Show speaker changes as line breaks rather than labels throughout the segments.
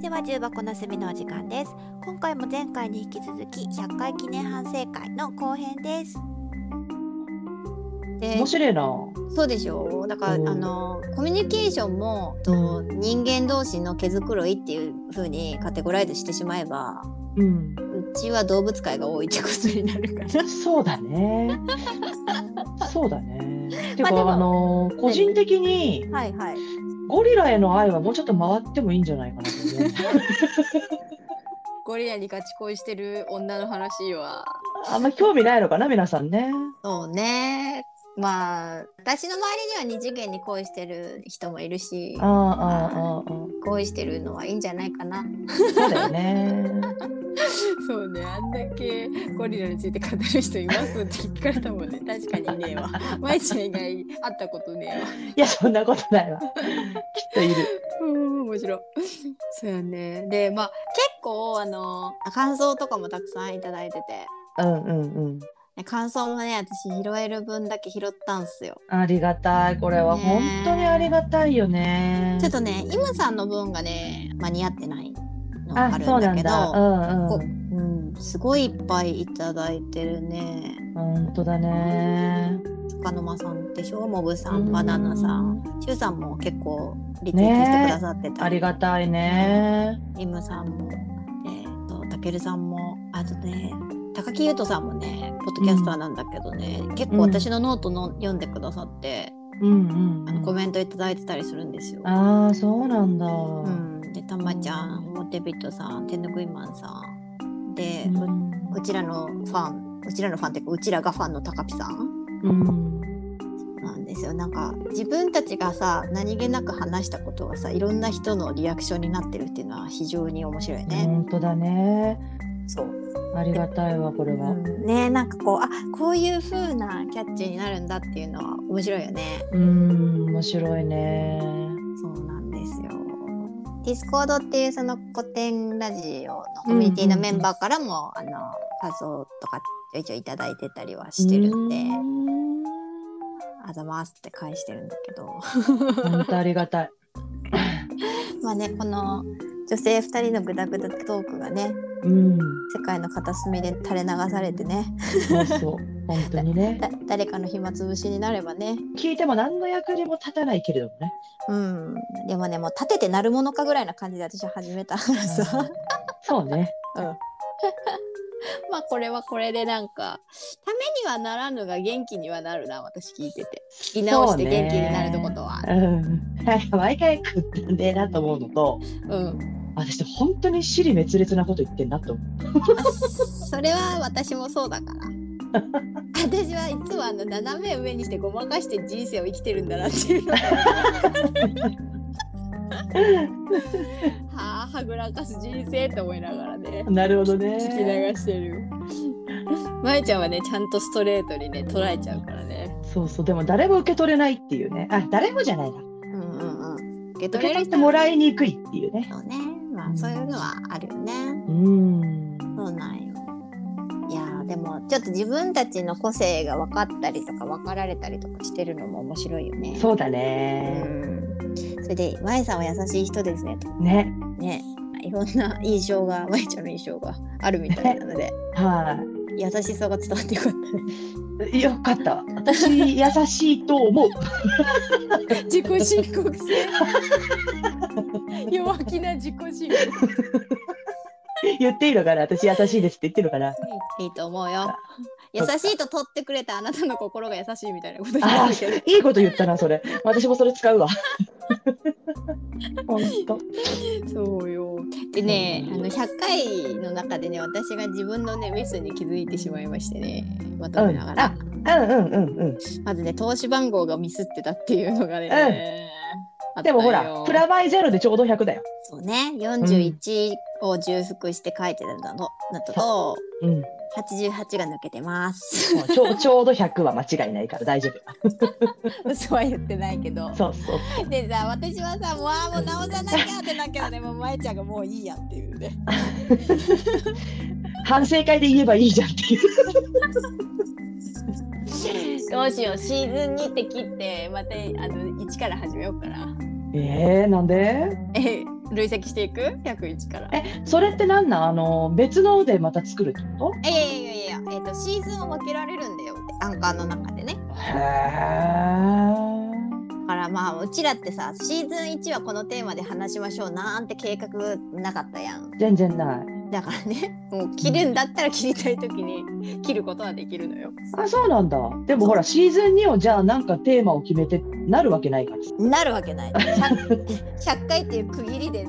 では重箱の隅のお時間です今回も前回に引き続き100回記念反省会の後編ですで
面白いな。
そうでしょうだから、
うん
あのコミュニケーションもと人間同士の毛づくろいっていう風にカテゴライズしてしまえば
うん。
うちは動物界が多いってことになるから
そう だね。そうだね。てか、
まあでも
あ、の個人的に
はいはい
ゴリラへの愛はもうちょっと回ってもいいんじゃないかなと思う。
ゴリラにガチ恋してる女の話は
あんま興味ないのかな皆さんね。
そうねまあ私の周りには二次元に恋してる人もいるし
ああああああ。
恋してるのはいいんじゃないかな
そうだよね。
そうね、あんだけゴリラについて語る人いますって聞かれたもんね。確かにいねえわ。まいちゃん以外会ったことねえわ。
いやそんなことないわ。きっといる。
うん、面白い。そうやね。で、まあ結構あの
感想とかもたくさんいただいてて
うんうんうん。
ね感想もね私拾える分だけ拾ったんすよ
ありがたいこれは
ね
本当にありがたいよね。
ちょっとね今さんの分がね間に合ってないのがあ
あ
る
そうんな
だ
ん
け
だ。
ど
うんう
こ
ん。
うん、すごいいっぱいいただいてるね
本当だね。
塚沼さんでしょモブさんバナナさん。シュウさんも結構リツイートしてくださってた
あ
り
りがたいね。
リムさんも、えー、とたけるさんもあとね高木優斗さんもねポッドキャスターなんだけどね、結構私のノートの読んでくださって、
うんうんうん。
あのコメントいただいてたりするんですよ。
ああそうなんだ。
うん、でたまちゃん表人さん手ぬぐいマンさんで、ううちらのファンうちらのファンっていうかうちらがファンの高木さん
うん。
なんですよなんか自分たちがさ何気なく話したことがさいろんな人のリアクションになってるっていうのは非常に面白いね。
本当だね。
そう
ありがたいわこれは。
ねなんかこうあこういう風なキャッチになるんだっていうのは面白いよね。
うん面白いね。
そうなんですよ。ディスコードっていうその古典ラジオのコミュニティのメンバーからも、あの画像とかちょいちょいいただいてたりはしてるんで
う
「
ん
あざます」って返してるんだけど
本当ありがたい。
まあねこの女性2人のグダグダトークがね
うん。
世界の片隅で垂れ流されてね
そうそう。本当にね。
だ誰かの暇つぶしになればね
聞いても何の役にも立たないけれどもね。
うんでもねもう立ててなるものかぐらいな感じで私は始めたからさ。
そうね。
まあこれはこれでなんかためにはならぬが元気にはなるな。私聞いてて聞き直して元気になるってことは。
うん。毎回食ってんねえなと思うのと、
うん。
私本当に死に滅裂なこと言ってんなと思う。
それは私もそうだから。私はいつもあの斜め上にしてごまかして人生を生きてるんだなっていう のがはあはぐらかす人生って思いながらね
なるほど
聞き
ね。
流してるまえちゃんはねちゃんとストレートにね捉えちゃうからね
そうそう。でも誰も受け取れないっていうね。あ、誰もじゃないな。
うんうんうん
受け
受
取
け
れ
取
る
って
人
もらいにくいっていうね。
そうねまあそういうのはあるよね。
うん。
そうなんよ。いやーでもちょっと自分たちの個性が分かったりとか分かられたりとかしてるのも面白いよね。
そうだ
う
ね。
ん。それで「まえさんは優しい人ですね」と
ね。
ねいろんな印象がまえちゃんの印象があるみたいなので
は
優しさが伝わってよかったね。
い。よかった。私、優しいと思う。
自己申告制弱気な自己申告
言っていいのかな私、優しいですって言ってるのかな。
いいと思うよ。優
そう
しいと取ってくれたあなたの心が優しいみたいなこと言
あ
ってるけど
あ、いいこと言ったな、それ。私もそれ使うわ。本当。
そうよ
でねあの100回の中でね私が自分のねミスに気づいてしまいましてねまとめながら。
うんうんうんうん。
まずね投資番号がミスってたっていうのがね、あったよ
でもほら、プラマイゼロでちょうど100だよ。
そうね41を重複して書いてたのとのと、
うん。
88が抜けてます。
もうちょうちょうど100は間違いないから大丈夫。
嘘は言ってないけど
そうそう。
でさ私はさもうあーもう直さなきゃってだけどねもうまえちゃんがもういいやっていうね
反省会で言えばいいじゃんっていう。
どうしようシーズン2って切ってまたあの1から始めようかな
えー、なんで
え 累積していく101から。
えそれってなんなんあの別のでまた作るってこ
いやいやいやいや、えっとシーズンを分けられるんだよアンカーの中でね
とへえ
だからまあうちらってさシーズン1はこのテーマで話しましょうなんて計画なかったやん
全然ない
だからねもう切るんだったら切りたい時に切ることはできるのよ
あそうなんだでもほらシーズン2をじゃあなんかテーマを決めてなるわけないから
なるわけない 100, 100回っていう区切りで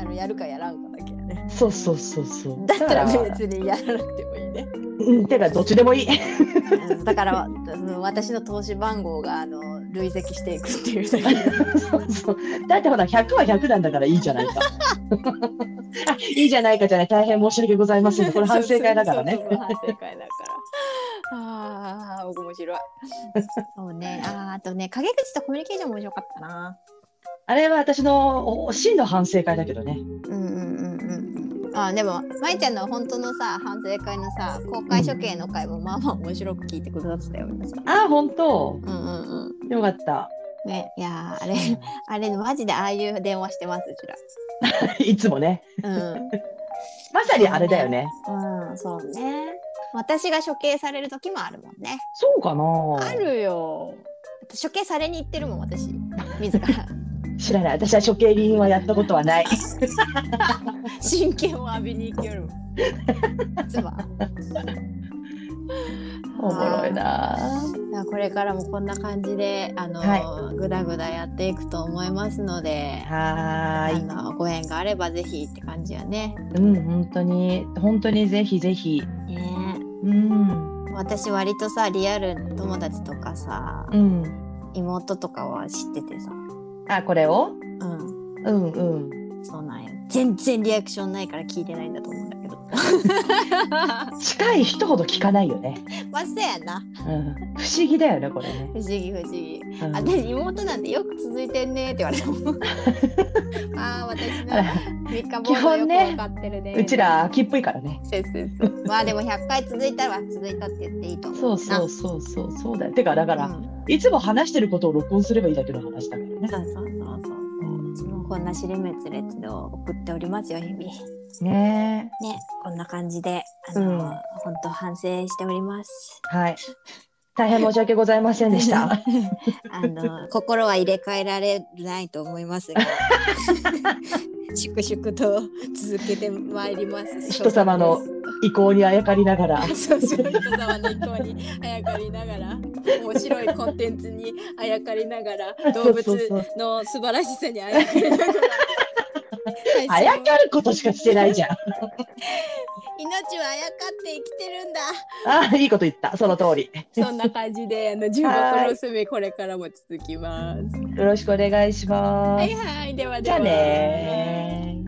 あのやるかやらんかだけやね
そうそうそうそう
だったら別にやらなくてもいいね
うんてかどっちでもいい
う んだからうん私の投資番号があの累積していくっていうだけ
そうそうだってほら100は100なんだからいいじゃ ないかあいいじゃないかじゃない大変申し訳ございませんこれ反省会だからね
そうそうそう反省会だ から。ああ、面白い。
そうねあーあとね陰口とコミュニケーションも面白かったな
あれは私のお真の反省会だけどね
うんうんうんうんあでもまいちゃんの本当のさ反省会のさ公開処刑の回もまあまあ面白く聞いてくださってたよ皆さん
ああ本
う
当
んうんうん
よかった
ねいやーあれ あれマジでああいう電話してますうち
いつもね
らうん
まさにあれだよね
うん、そうね。私が処刑される時もあるもんね。
そうかな
あるよ。
処刑されに行ってるもん、私。自ら。
知らない私は処刑人はやったことはない
真剣を浴びに行きよるもん。
実は。
おもろいな
じゃあこれからもこんな感じで、あの、
は
ぐだぐだやっていくと思いますので。
は
あ
ーい
の、ご縁があれば、ぜひって感じやね。
うん本当に本当にぜひぜひ
ね
うん
え私割とさリアル友達とかさ
うん
妹とかは知っててさ
あこれを
うん
うんうん
そうなんよ全然リアクションないから聞いてないんだと思うんだけど
近い人ほど聞かないよね、
まあそうやな
うん、不思議だよねこれね、
不思議不思議
うん
あ私妹なんてよく続いてんねって言われたもんああ私
あ
の
ら
三日坊
基
主よ
本
く
ね
わかってるね
うちら秋っぽいからね
そうそうそうまあでも100回続いたら続いたって言っていいと思う
そうそうそうそうそうだよてかだから、
うん
いつも話してることを録音すればいいだけの話だからね
そうそうそうそうそううちもこんなしれめつれつを送っておりますよ日々ね
ね
こんな感じであの、
うん
本当反省しております
えはい大変申し訳ございませんでした
あの心は入れ替えられないと思います が粛々と続けてまいります
人様の意向にあやかりながら
そうそう、人様の意向にあやかりながら、面白いコンテンツにあやかりながら、動
そうそうそ
物
う
の素晴らしさにあやかりながら。配信を
あやかることしかしてないじゃん
命はあやかって生きてるんだ
あいいこと言ったその通り
そんな感じで、あの、十
は
六
い
娘、これからも続きます。
よろしくお願いします、
はいはい、ではで
じゃ
は。
あねー